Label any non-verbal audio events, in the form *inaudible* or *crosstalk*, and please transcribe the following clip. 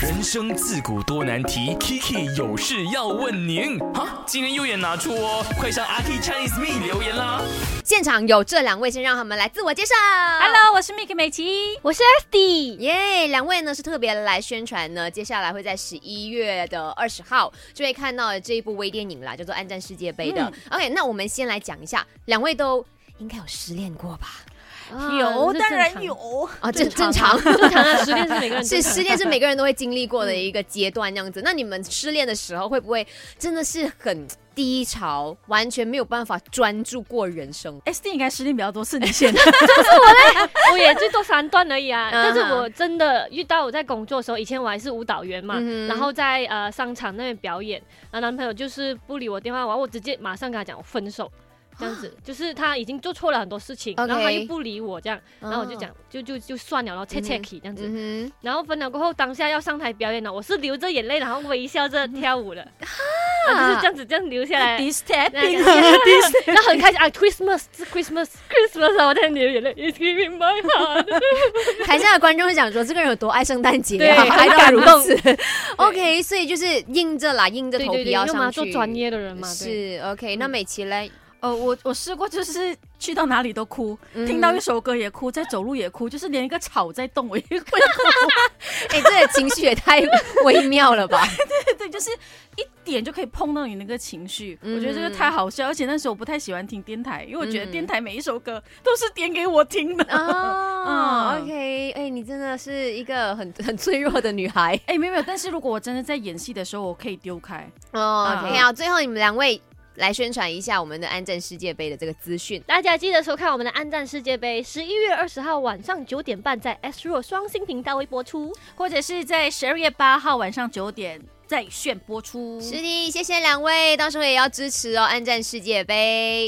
人生自古多难题，Kiki 有事要问您。哈，今天右眼拿出哦，快上阿 K Chinese Me 留言啦。现场有这两位，先让他们来自我介绍。 Hello，我是 Miki 美琪，我是 Esty。耶两位呢是特别来宣传呢，接下来会在十一月的二十号就会看到这一部微电影啦，叫做《暗战世界杯》的。嗯 OK，那我们先来讲一下，两位都应该有失恋过吧？啊有，这当正然常有。啊，这 *laughs* 正常。哦 *laughs* 正常啊，失恋是每个人是正常失恋是每个人都会经历过的一个阶段，这样嗯子。那你们失恋的时候会不会真的是很低潮，完全没有办法专注过人生？ Esty 应该失恋比较多，是你先。我哦也最多三段而已 *laughs* 啊。嗯但是我真的遇到我在工作的时候，以前我还是舞蹈员嘛，嗯哼然后在呃商场那边表演，然后男朋友就是不理我电话，然后我直接马上跟他讲我分手。这样子，就是他已经做错了很多事情 OK 然后他又不理我，这样，哦然后我就讲，就就就算了，然后切切起这样子，嗯然后分了过后，当下要上台表演了，我是流着眼泪，然后微笑着跳舞的， *laughs* 啊，就是这样子，这样流下来， This 那 tapping， *laughs* 个然后很开心啊，Christmas 是 Christmas Christmas 啊，我在流眼泪，It's giving my *laughs* heart。哼，台下的观众会想说这个人有多爱圣诞节对啊， *laughs* 爱到如很感动此。OK，所以就是硬着啦，硬着 *laughs* 对头对皮对，要因为我上们要去。做专业的人嘛，是对。OK，那嗯美琪嘞，呃，我我试过，就是去到哪里都哭，嗯听到一首歌也哭，在走路也哭，就是连一个草在动我也会哭。哎，这个情绪也太微妙了吧？对，就是一点就可以碰到你那个情绪，嗯我觉得这个太好笑。而且那时候我不太喜欢听电台，因为我觉嗯得电台每一首歌都是点给我听的。 *laughs* *laughs* 哦嗯，OK，哎，你真的是一个很很脆弱的女孩。哎、没有没有，但是如果我真的在演戏的时候，我可以丢开。哦、嗯 OK，好，最后你们两位来宣传一下我们的安战世界杯的这个资讯。大家记得收看我们的《暗战世界杯》，十一月二十号晚上九点半在 S r o 双星频道会播出。或者是在十二月八号晚上九点在线播出。嗯是的，谢谢两位，到时候也要支持哦，安战世界杯。